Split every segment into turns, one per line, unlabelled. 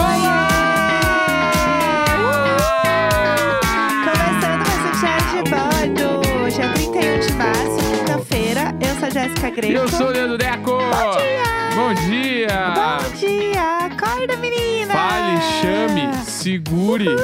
um é Jéssica Greco.
Eu sou o Leandro Deco.
Bom dia!
Bom dia!
Bom dia! Acorda, menina!
Fale, chame, segure,
Uh!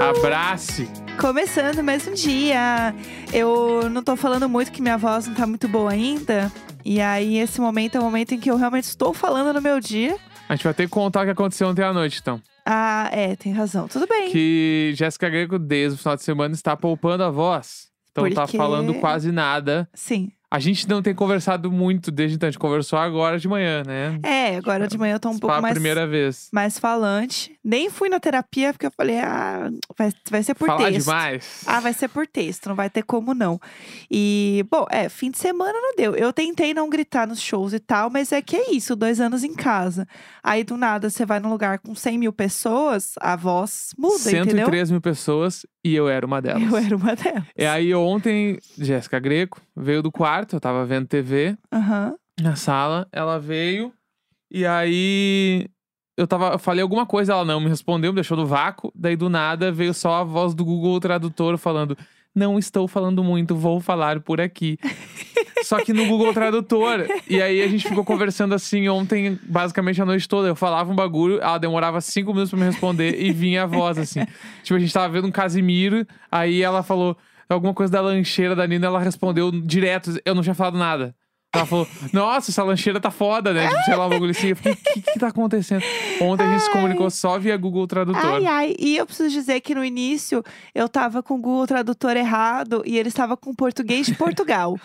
abrace.
Começando mais um dia. Eu não tô falando muito que minha voz não tá muito boa ainda. E aí, esse momento é o momento em que eu realmente estou falando no meu dia.
A gente vai ter que contar o que aconteceu ontem à noite, então.
Ah, é, tem razão. Tudo bem.
Que Jéssica Greco, desde o final de semana, está poupando a voz. Então tá
Porque-
falando quase nada.
Sim.
A gente não tem conversado muito desde então. A gente conversou agora de manhã, né?
É, agora de manhã eu tô um pouco
Pela
mais,
primeira vez.
mais falante. Nem fui na terapia porque eu falei, ah, vai, vai ser por
Falar
texto.
demais.
Ah, vai ser por texto, não vai ter como não. E, bom, é, fim de semana não deu. Eu tentei não gritar nos shows e tal, mas é que é isso, dois anos em casa. Aí, do nada, você vai num lugar com 100 mil pessoas, a voz muda,
103
entendeu?
mil pessoas e eu era uma delas. É
Eu era uma delas.
E aí ontem, Jéssica Greco veio do quarto, eu tava vendo TV
Aham.
na sala, ela veio e aí eu tava, eu falei alguma coisa, ela não me respondeu, me deixou no vácuo, daí do nada veio só a voz do Google Tradutor falando: "Não estou falando muito, vou falar por aqui". só que no Google Tradutor. E aí a gente ficou conversando assim ontem, basicamente a noite toda. Eu falava um bagulho, ela demorava cinco minutos pra me responder e vinha a voz assim. Tipo, a gente tava vendo um Casimiro, aí ela falou alguma coisa da lancheira da Nina, ela respondeu direto, eu não tinha falado nada. Ela falou, nossa, essa lancheira tá foda, né? Tipo, Sei lá, um bagulho assim. Eu fiquei, o que que tá acontecendo? Ontem a gente se comunicou só via Google Tradutor.
Ai, ai. E eu preciso dizer que no início eu tava com o Google Tradutor errado e ele estava com português de Portugal.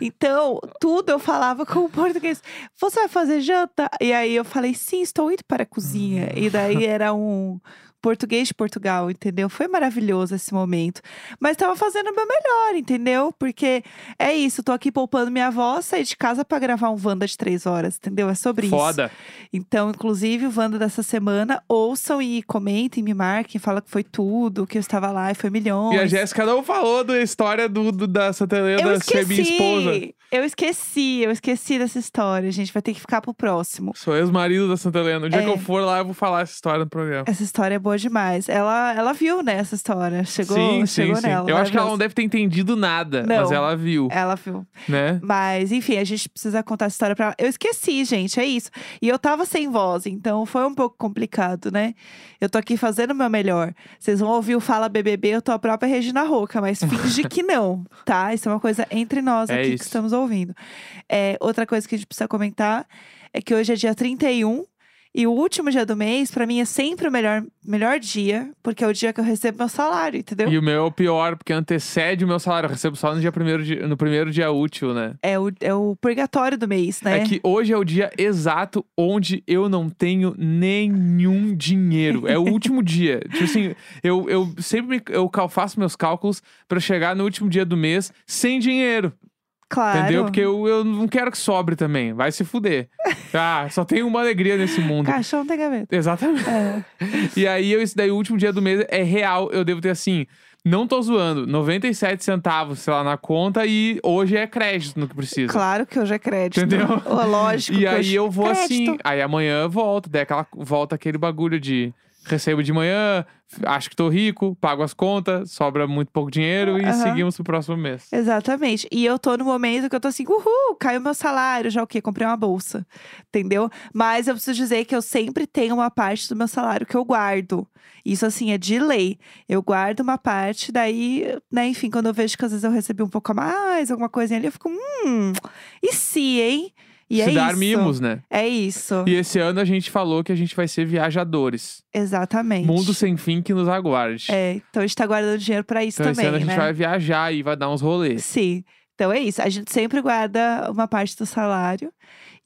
então, tudo eu falava com o português. Você vai fazer janta? E aí eu falei, sim, estou indo para a cozinha.
Hum.
E daí era um português de Portugal, entendeu? Foi maravilhoso esse momento. Mas tava fazendo o meu melhor, entendeu? Porque é isso, tô aqui poupando minha voz, saí de casa para gravar um Wanda de três horas, entendeu? É sobre isso.
foda.
Então, inclusive, o Wanda dessa semana, ouçam e comentem, me marquem, fala que foi tudo, que eu estava lá e foi milhões.
E a Jéssica não falou da história do, do- da Santa
eu
Helena ser minha esposa.
esqueci, eu esqueci, eu esqueci dessa história, gente. Vai ter que ficar pro próximo.
Sou ex-marido da Santa Helena. O dia
É.
que eu for lá, eu vou falar essa história no programa.
Essa história é boa demais. Ela, ela viu, né, essa história. Chegou,
sim,
chegou
sim,
nela.
sim. Eu acho que ela não
maravilhosa.
deve ter entendido nada,
Não. É.
mas ela viu,
Ela viu.
né?
Mas, enfim, a gente precisa contar essa história pra ela. Eu esqueci, gente, é isso. E eu tava sem voz, então foi um pouco complicado, né? Eu tô aqui fazendo o meu melhor. Vocês vão ouvir o Fala BBB, eu tô a própria Regina Roca, mas finge que não, tá? Isso é uma coisa entre nós
É
aqui que
isso.
estamos ouvindo. É, outra coisa que a gente precisa comentar é que hoje é dia 31. E o último dia do mês, pra mim, é sempre o melhor, melhor dia, porque é o dia que eu recebo meu salário, entendeu?
E o meu é o pior, porque antecede o meu salário. Eu recebo só no, dia primeiro, de- no primeiro dia útil, né?
É, o, é o purgatório do mês, né?
É que hoje é o dia exato onde eu não tenho nenhum dinheiro. É o último dia. Tipo assim, eu, eu sempre me- eu cal- faço meus cálculos pra chegar no último dia do mês sem dinheiro.
claro.
Entendeu? Porque eu, eu não quero que sobre também. Vai se fuder. Ah, só tem uma alegria nesse mundo.
Caixão tem gaveta.
Exatamente.
É.
E aí, eu, esse daí, o último dia do mês é real. Eu devo ter assim. Não tô zoando, 97 centavos, sei lá, na conta e hoje é crédito no que precisa.
Claro que hoje é crédito.
Entendeu?
Ô, lógico.
E
que
aí
hoje- é
eu vou
crédito.
assim, aí amanhã eu volto, daí aquela, volta aquele bagulho de recebo de manhã, f- acho que tô rico, pago as contas, sobra muito pouco dinheiro e
Aham.
seguimos pro próximo mês.
Exatamente. E eu tô no momento que eu tô assim, uhul, caiu meu salário, já o quê? Comprei uma bolsa. Entendeu? Mas eu preciso dizer que eu sempre tenho uma parte do meu salário que eu guardo. Isso, assim, é de lei. Eu guardo uma parte, daí, né, enfim, quando eu vejo que às vezes eu recebi um pouco a mais, alguma coisinha ali, eu fico, hum, e se, hein? E
Se
é
dar
isso.
mimos, né?
É isso.
E esse ano a gente falou que a gente vai ser viajadores.
Exatamente.
Mundo sem fim que nos aguarde.
É, então a gente tá guardando dinheiro pra isso
então esse
também,
ano a gente
né?
vai viajar e vai dar uns rolês.
Sim. Então é isso. A gente sempre guarda uma parte do salário.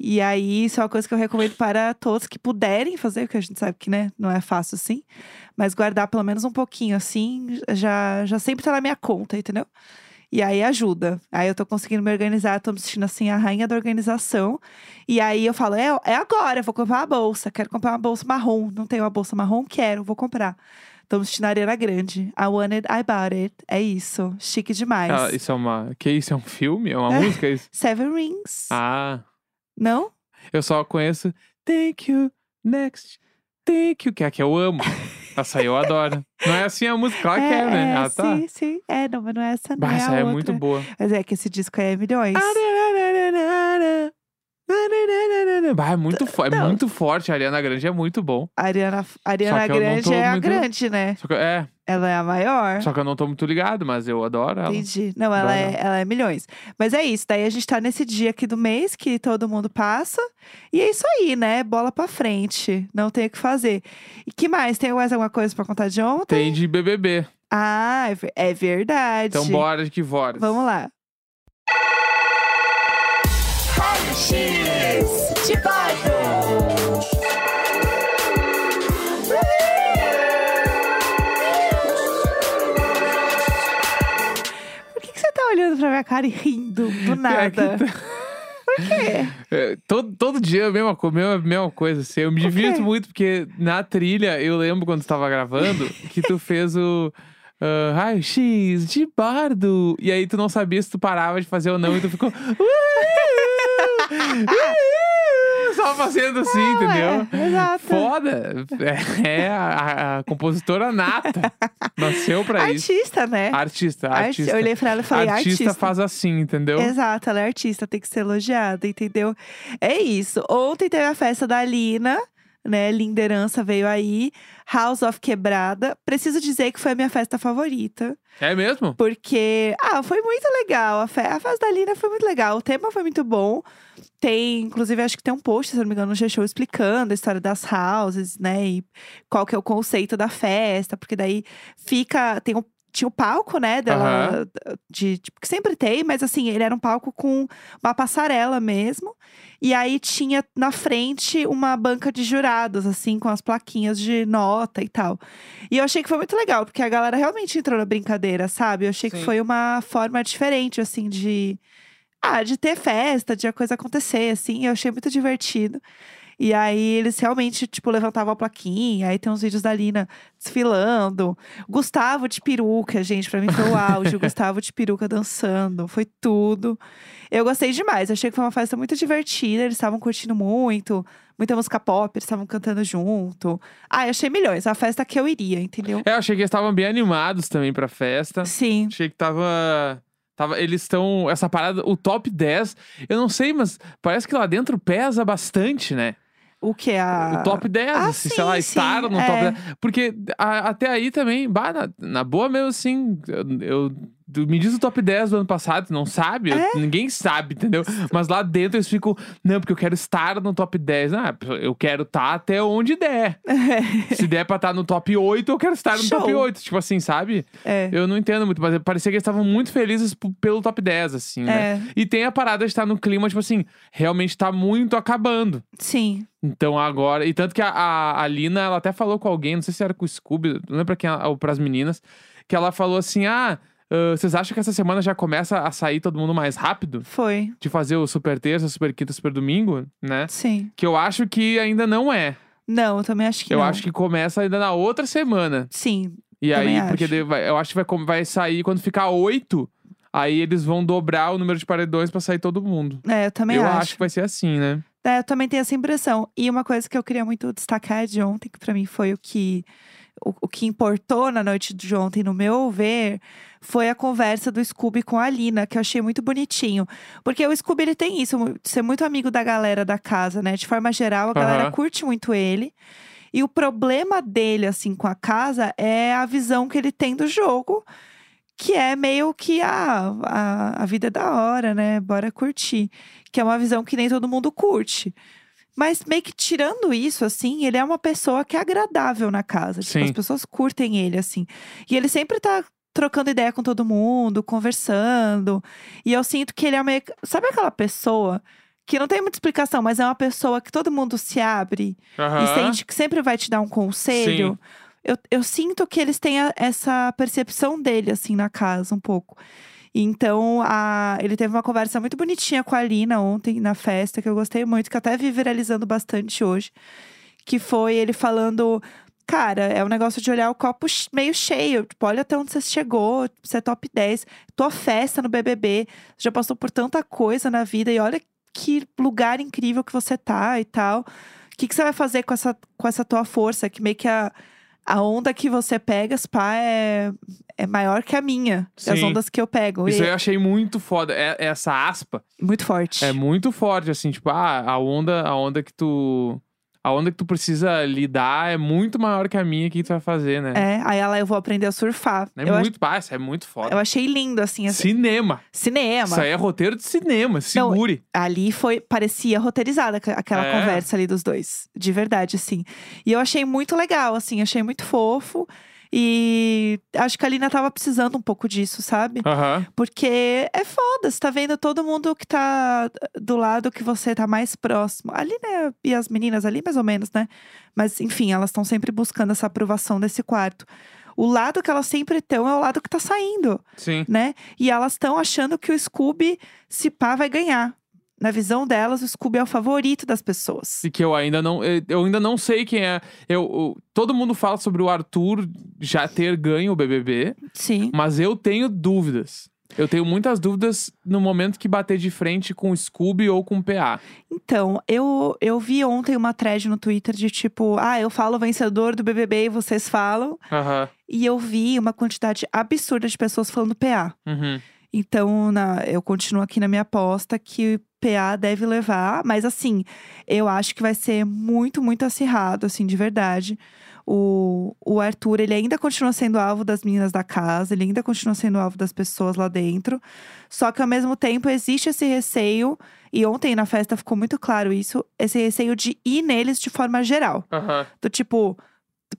E aí, isso é uma coisa que eu recomendo para todos que puderem fazer, porque a gente sabe que, né, não é fácil assim. Mas guardar pelo menos um pouquinho assim, já, já sempre tá na minha conta, entendeu? E aí ajuda. Aí eu tô conseguindo me organizar, tô me sentindo assim, a rainha da organização. E aí eu falo, é, é agora, eu vou comprar uma bolsa. Quero comprar uma bolsa marrom. Não tenho uma bolsa marrom? Quero, vou comprar. Tô me sentindo a Ariana Grande. I wanted, I bought it. É isso. Chique demais.
Ah, isso é uma. Que isso? É um filme? É uma
É.
música? Isso?
Seven Rings.
Ah,
Não?
eu só conheço Thank You, Next, Thank You, que é a que eu amo. Essa aí eu adoro. Não é assim a música, claro que é, né? Ah, tá.
Sim, sim. É, não, mas não é essa, não.
Bah,
é,
essa
a
é
outra.
muito boa.
Mas é que esse disco aí é milhões.
mesmo. Ah, é muito, fo é
Não.
muito forte. A Ariana Grande é muito bom.
A Ariana, a Ariana
que eu não tô
Grande é a
muito-
grande, né?
Só que, é,
Ela é a maior.
só que eu não tô muito ligado, mas eu adoro ela.
Entendi. Não, ela é,
Adoro.
ela é milhões. Mas é isso. Daí a gente tá nesse dia aqui do mês que todo mundo passa. E é isso aí, né? Bola pra frente. Não tem o que fazer. E que mais? Tem mais alguma coisa pra contar de ontem?
Tem de BBB.
Ah, é ver- é verdade.
Então bora de que voras.
Vamos lá. Por que, que você tá olhando pra minha cara e rindo do
Pior que
nada?
tá-
Por quê?
é, todo, todo dia é a mesma, co- mesma, mesma coisa. Assim. Eu me
quê?
divirto muito, porque na trilha eu lembro quando tu tava gravando que tu fez o. ah, Raio X de bardo. E aí tu não sabia se tu parava de fazer ou não, e tu ficou. "Uhul! Uhul!" Só fazendo assim, entendeu?
Ah, é, exato.
Foda! É, é a, a compositora nata. Nasceu pra isso.
Artista, né?
Artista,
Arti-
artista.
Eu olhei pra ela e falei,
artista,
artista.
faz assim, entendeu?
Exato, ela é artista, tem que ser elogiada, entendeu? É isso. Ontem teve a festa da Lina, né? Linderança veio aí. House of Quebrada. Preciso dizer que foi a minha festa favorita.
É mesmo?
Porque, ah, foi muito legal. A, fe a fase da Lina foi muito legal. O tema foi muito bom. Tem, inclusive, acho que tem um post, se eu não me engano, no G-Show explicando a história das houses, né? E qual que é o conceito da festa. Porque daí fica. Tem um, tinha o palco, né? Dela, de, tipo, que sempre tem, mas assim, ele era um palco com uma passarela mesmo. E aí tinha na frente uma banca de jurados, assim, com as plaquinhas de nota e tal. E eu achei que foi muito legal, porque a galera realmente entrou na brincadeira, sabe? Eu achei que
Sim.
foi uma forma diferente, assim, de. Ah, de ter festa, de a coisa acontecer, assim. Eu achei muito divertido. E aí eles realmente, tipo, levantavam a plaquinha. Aí tem uns vídeos da Lina desfilando. Gustavo de peruca, gente, pra mim foi o auge. o Gustavo de peruca dançando. Foi tudo. Eu gostei demais. Achei que foi uma festa muito divertida. Eles estavam curtindo muito. Muita música pop, eles estavam cantando junto. Ah, eu achei milhões. A festa que eu iria, entendeu?
É, eu achei que eles estavam bem animados também pra festa.
Sim.
Achei que tava. tava eles estão. Essa parada, o top 10. Eu não sei, mas parece que lá dentro pesa bastante, né?
O que é a.
O top 10,
Ah,
assim,
sim,
sei lá,
sim,
estar no
é.
top 10. Porque a- até aí também, bah, na, na boa mesmo, assim, eu, eu- tu me diz o top 10 do ano passado, tu não sabe?
É.
Eu- ninguém sabe, entendeu? Mas lá dentro eles ficam, não, porque eu quero estar no top 10. Ah, eu quero estar até onde der.
É,
Se der pra estar no top 8, eu quero estar no
Show.
top 8. Tipo assim, sabe?
É.
Eu não entendo muito, mas parecia que eles estavam muito felizes p- pelo top 10, assim, né?
É,
E tem a parada de estar no clima, tipo assim, realmente tá muito acabando.
sim.
Então agora. E tanto que a, a, a Lina, ela até falou com alguém, não sei se era com o Scooby, não lembro pra quem, ou pras meninas, que ela falou assim: ah, ah, vocês acham que essa semana já começa a sair todo mundo mais rápido?
Foi.
De fazer o super terça, super quinta, super domingo, né?
Sim.
Que eu acho que ainda não é.
Não, eu também acho que
Eu
não.
acho que começa ainda na outra semana.
Sim.
E
Também
aí, porque
acho.
de- vai- eu acho que vai, com- vai sair quando ficar oito, aí eles vão dobrar o número de paredões pra sair todo mundo.
É, eu também
eu
acho.
acho que vai ser assim, né?
É, eu também tenho essa impressão. E uma coisa que eu queria muito destacar de ontem, que pra mim foi o que o, o que importou na noite de ontem, no meu ver, foi a conversa do Scooby com a Lina, que eu achei muito bonitinho. Porque o Scooby, ele tem isso, mu- de ser muito amigo da galera da casa, né? De forma geral, a galera
Aham.
curte muito ele. E o problema dele, assim, com a casa é a visão que ele tem do jogo, que é meio que a, a, a vida é da hora, né? Bora curtir. Que é uma visão que nem todo mundo curte. Mas meio que tirando isso, assim, ele é uma pessoa que é agradável na casa. Tipo,
Sim.
as pessoas curtem ele, assim. E ele sempre tá trocando ideia com todo mundo, conversando. E eu sinto que ele é meio. Sabe aquela pessoa que não tem muita explicação, mas é uma pessoa que todo mundo se abre e sente que sempre vai te dar um conselho. Eu, eu sinto que eles têm a- essa percepção dele, assim, na casa, um pouco. Então, a- ele teve uma conversa muito bonitinha com a Lina ontem na festa, que eu gostei muito, que até vi viralizando bastante hoje. Que foi ele falando. Cara, é um negócio de olhar o copo che- meio cheio. Tipo, olha até onde você chegou. tipo, Você é top 10. Tua festa no BBB. Você já passou por tanta coisa na vida. E olha que lugar incrível que você tá e tal. O que, que você vai fazer com essa, com essa tua força? Que meio que a, a onda que você pega, spa, é, é maior que a minha. que As
Sim.
ondas que eu pego.
Isso
E
eu achei muito foda. É- essa aspa
Muito forte.
é muito forte, assim, tipo, ah, a onda, a onda que tu. A onda que tu precisa lidar é muito maior que a minha que tu vai fazer, né?
É, aí ela, eu vou aprender a surfar.
É
eu, ach-
muito passa, é muito foda.
eu achei lindo, assim. assim.
Cinema.
Cinema.
Isso aí é roteiro de cinema, segure.
Ali foi, parecia roteirizada aqua- aquela
É.
conversa ali dos dois. De verdade, assim. E eu achei muito legal, assim, achei muito fofo. E acho que a Lina tava precisando um pouco disso, sabe?
Aham.
Porque é foda, você tá vendo todo mundo que tá do lado que você tá mais próximo. Ali, né? E as meninas ali, mais ou menos, né? Mas, enfim, elas estão sempre buscando essa aprovação desse quarto. O lado que elas sempre estão é o lado que tá saindo,
Sim.
né? E elas estão achando que o Scooby, se pá, vai ganhar. Na visão delas, o Scooby é o favorito das pessoas.
E que eu ainda não. eu- Eu ainda não sei quem é. Eu, eu- todo mundo fala sobre o Arthur já ter ganho o BBB,
Sim.
mas eu tenho dúvidas. Eu tenho muitas dúvidas no momento que bater de frente com o Scooby ou com o PA.
Então, eu, eu vi ontem uma thread no Twitter de tipo, ah, eu falo o vencedor do BBB e vocês falam.
Aham.
E eu vi uma quantidade absurda de pessoas falando PA.
Uhum.
Então, na- eu continuo aqui na minha aposta que PA deve levar, mas assim, eu acho que vai ser muito, muito acirrado, assim, de verdade. O, o Arthur, ele ainda continua sendo alvo das meninas da casa, ele ainda continua sendo alvo das pessoas lá dentro. Só que ao mesmo tempo existe esse receio, e ontem na festa ficou muito claro isso, esse receio de ir neles de forma geral.
Aham.
Do tipo,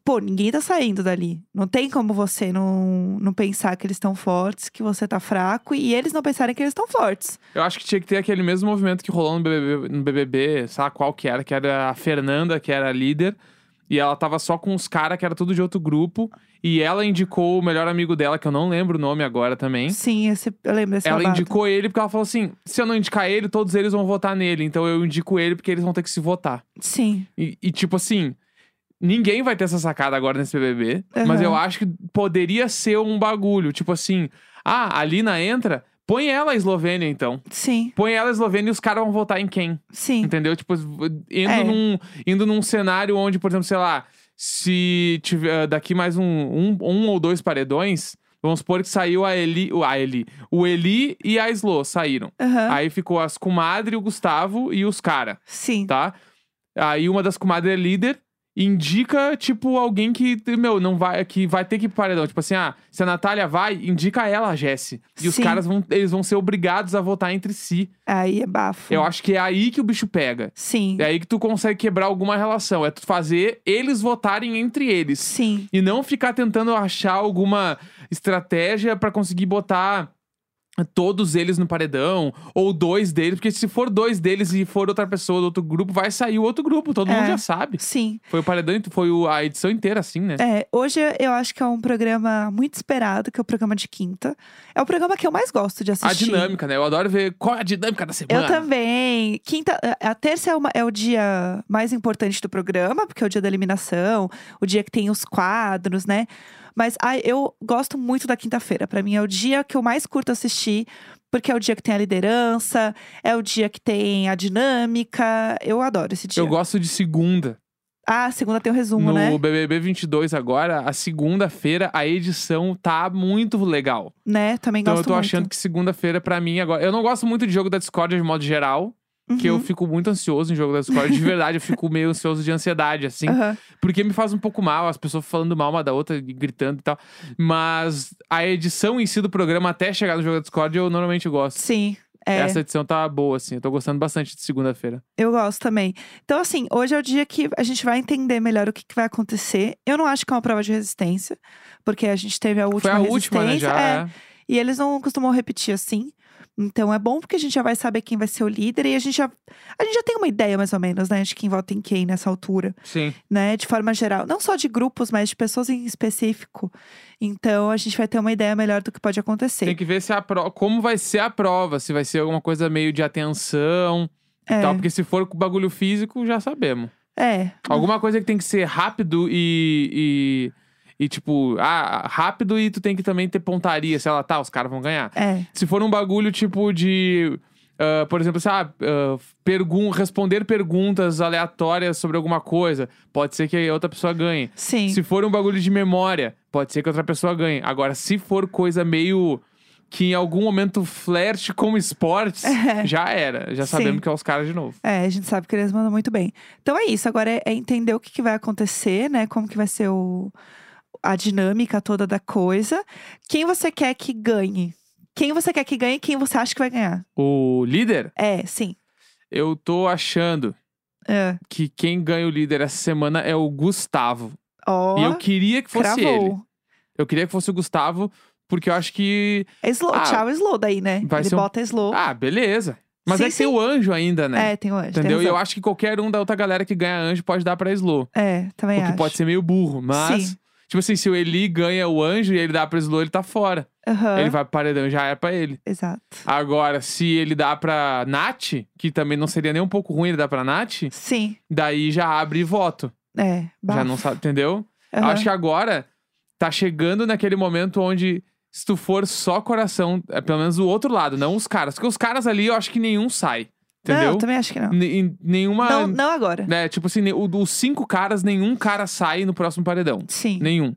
pô, ninguém tá saindo dali. Não tem como você não, não pensar que eles estão fortes, que você tá fraco, e eles não pensarem que eles estão fortes.
Eu acho que tinha que ter aquele mesmo movimento que rolou no BBB, no BBB, sei lá qual que era, que era a Fernanda, que era a líder, e ela tava só com os caras que era tudo de outro grupo, e ela indicou o melhor amigo dela, que eu não lembro o nome agora também.
Sim, esse, eu lembro desse
Ela
babado.
indicou ele porque ela falou assim: se eu não indicar ele, todos eles vão votar nele, então eu indico ele porque eles vão ter que se votar.
Sim,
E, e, tipo assim, ninguém vai ter essa sacada agora nesse BBB, mas
Aham.
eu acho que poderia ser um bagulho, tipo assim: ah, a Lina entra, põe ela a Eslovênia então.
sim,
Põe ela a Eslovênia e os caras vão votar em quem?
sim.
Entendeu? Tipo, indo,
É.
num, indo num cenário onde, por exemplo, sei lá, se tiver daqui mais um, um, um ou dois paredões, vamos supor que saiu a Eli, o- a Eli, o Eli e a Slo saíram.
Aham.
Aí ficou as comadre, o Gustavo e os caras,
Sim.
tá? Aí uma das comadres é líder, indica, tipo, alguém que, meu, não vai, que vai ter que ir pro paredão. Tipo assim, ah, se a Natália vai, indica ela, a Jesse. E os
Sim.
caras vão, eles vão ser obrigados a votar entre si.
Aí é bafo.
Eu acho que é aí que o bicho pega.
Sim,
É aí que tu consegue quebrar alguma relação. É tu fazer eles votarem entre eles.
sim,
E não ficar tentando achar alguma estratégia pra conseguir botar todos eles no paredão. Ou dois deles. Porque se for dois deles e for outra pessoa do outro grupo, vai sair o outro grupo. Todo mundo
É.
já sabe.
sim.
Foi o paredão, foi o- a edição inteira assim, né?
É, hoje eu acho que é um programa muito esperado, que é o programa de quinta. É o programa que eu mais gosto de
A
assistir.
dinâmica, né? Eu adoro ver qual é a dinâmica da
Eu
semana.
também. Quinta, a- a terça é, uma- é o dia mais importante do programa, porque é o dia da eliminação, o dia que tem os quadros, né? Mas ai, eu gosto muito da quinta-feira. Pra mim é o dia que eu mais curto assistir, porque é o dia que tem a liderança, é o dia que tem a dinâmica. Eu adoro esse dia.
Eu gosto de segunda.
Ah, segunda tem o resumo,
no
né?
BBB 22 agora, a segunda-feira, a edição tá muito legal.
Né? Também
Então
gosto
eu tô
muito.
achando que segunda-feira, pra mim, agora. Eu não gosto muito de jogo da Discord de modo geral, que eu
Uhum,
fico muito ansioso em jogo da Discord. De verdade, eu fico meio ansioso de ansiedade, assim.
aham.
Porque me faz um pouco mal, as pessoas falando mal uma da outra, e gritando e tal. Mas a edição em si do programa, até chegar no jogo da Discord, eu normalmente gosto.
Sim. É.
Essa edição tá boa, assim. Eu tô gostando bastante de segunda-feira.
Eu gosto também. Então, assim, hoje é o dia que a gente vai entender melhor o que, que vai acontecer. Eu não acho que é uma prova de resistência, porque a gente teve a última
Foi a
resistência.
última, né? Já.
é,
é.
E eles não costumam repetir assim. Então é bom porque a gente já vai saber quem vai ser o líder e a gente já, a gente já tem uma ideia, mais ou menos, né, de quem vota em quem nessa altura,
é. Sim.
né? De forma geral. Não só de grupos, mas de pessoas em específico. Então a gente vai ter uma ideia melhor do que pode acontecer.
Tem que ver se a pro... como vai ser a prova, se vai ser alguma coisa meio de atenção e
É.
tal, porque se for com bagulho físico, já sabemos.
É.
Alguma coisa que tem que ser rápido e. e... e, tipo, ah, rápido e tu tem que também ter pontaria, sei lá, tá, os caras vão ganhar.
É.
Se for um bagulho tipo de Ah, por exemplo, assim, ah, ah, pergun- responder perguntas aleatórias sobre alguma coisa, pode ser que a outra pessoa ganhe.
Sim.
Se for um bagulho de memória, pode ser que outra pessoa ganhe. Agora, se for coisa meio que em algum momento flerte com esportes, já era. Já
Sim.
sabemos que é os caras de novo.
É, a gente sabe que eles mandam muito bem. Então é isso, agora é, é entender o que, que vai acontecer, né? Como que vai ser o, a dinâmica toda da coisa. Quem você quer que ganhe? Quem você quer que ganhe e quem você acha que vai ganhar?
O líder,
É, sim.
eu tô achando
É.
que quem ganha o líder essa semana é o Gustavo.
Ó,
E eu queria que fosse ele.
cravou.
Eu queria que fosse o Gustavo, porque eu acho que.
É slow,
Ah,
tchau, slow daí, né?
vai
ele
ser um-
bota slow.
Ah, beleza. Mas
Sim,
é que
sim.
tem o anjo ainda, né?
É, tem hoje.
Entendeu? E eu acho que qualquer um da outra galera que ganha anjo pode dar pra Slow.
É, também
Porque
acho.
pode ser meio burro, mas.
Sim.
Tipo assim, se o Eli ganha o anjo e ele dá pra Slow, ele tá fora.
Aham,
Ele vai pro paredão e já era pra ele.
Exato.
Agora, se ele dá pra Nath, que também não seria nem um pouco ruim ele dar pra Nath,
Sim.
daí já abre voto.
É.
Já
bafo.
não sabe, entendeu?
Aham.
Acho que agora tá chegando naquele momento onde, se tu for só coração, é pelo menos o outro lado, não os caras. Porque os caras ali eu acho que nenhum sai.
Não,
Entendeu?
eu também acho que não.
Ne- em- nenhuma.
Não, não agora.
né, tipo assim, ne- o- dos cinco caras, nenhum cara sai no próximo paredão.
Sim.
Nenhum.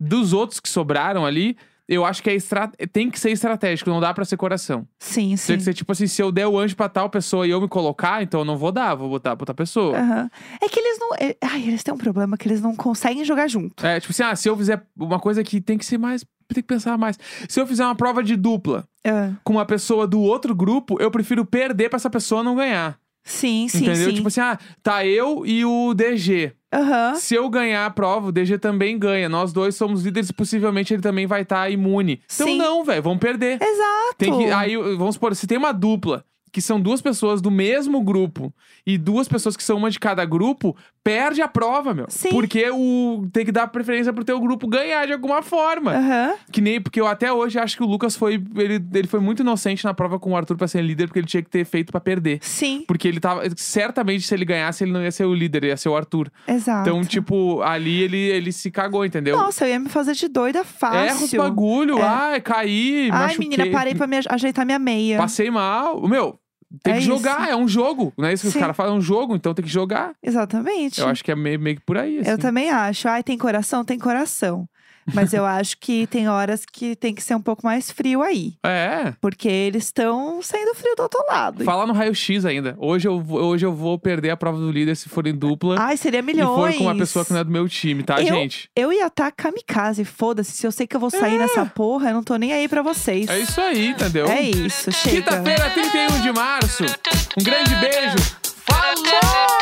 Dos outros que sobraram ali, eu acho que é estra... tem que ser estratégico, não dá pra ser coração.
Sim,
Tem
sim.
que ser tipo assim, se eu der o anjo pra tal pessoa e eu me colocar, então eu não vou dar, vou botar pra outra pessoa.
Aham. É que eles não. é- Ai, eles têm um problema que eles não conseguem jogar junto.
É, tipo assim, ah, se eu fizer uma coisa que tem que ser mais, tem que pensar mais. Se eu fizer uma prova de dupla
Ah,
com uma pessoa do outro grupo, eu prefiro perder pra essa pessoa não ganhar.
Sim, sim,
entendeu?
sim.
Tipo assim, ah, tá eu e o DG.
Aham.
Se eu ganhar a prova, o DG também ganha. Nós dois somos líderes, possivelmente ele também vai estar imune. Então
Sim.
não, velho, vamos perder.
Exato.
Tem que, aí, vamos supor, se tem uma dupla que são duas pessoas do mesmo grupo e duas pessoas que são uma de cada grupo, perde a prova, meu.
Sim.
Porque o tem que dar preferência pro teu grupo ganhar de alguma forma.
Aham.
Que nem porque eu até hoje acho que o Lucas foi ele, ele foi muito inocente na prova com o Arthur pra ser líder porque ele tinha que ter feito pra perder.
Sim,
Porque ele tava certamente se ele ganhasse ele não ia ser o líder, ia ser o Arthur.
exato.
Então, tipo, ali ele, ele se cagou, entendeu?
Ah, tá. Nossa, eu ia me fazer de doida
Erra os
fácil.
bagulho,
É.
ai, caí,
Ai,
machuquei.
menina, parei pra me aj- ajeitar minha meia.
Passei mal. Meu, tem
É
que
isso.
jogar, é um jogo. Não é isso que
Sim.
os caras falam, é um jogo, então tem que jogar.
Exatamente.
Eu acho que é meio, meio que por aí. Assim.
Eu também acho. Ai, tem coração? Tem coração. Mas eu acho que tem horas que tem que ser um pouco mais frio aí.
É.
Porque eles estão sendo frio do outro lado.
Falar no raio-x ainda. Hoje eu, vou- hoje eu vou perder a prova do líder se for em dupla
Ai, seria
e
Ah, milhões.
for com uma pessoa que não é do meu time, tá,
Eu-
gente?
Eu ia estar kamikaze, foda-se. Se eu sei que eu vou sair nessa porra, eu não tô nem aí pra vocês.
É isso aí, entendeu?
É isso, chega.
Quinta-feira, 31 de março. Um grande beijo. Um Falou!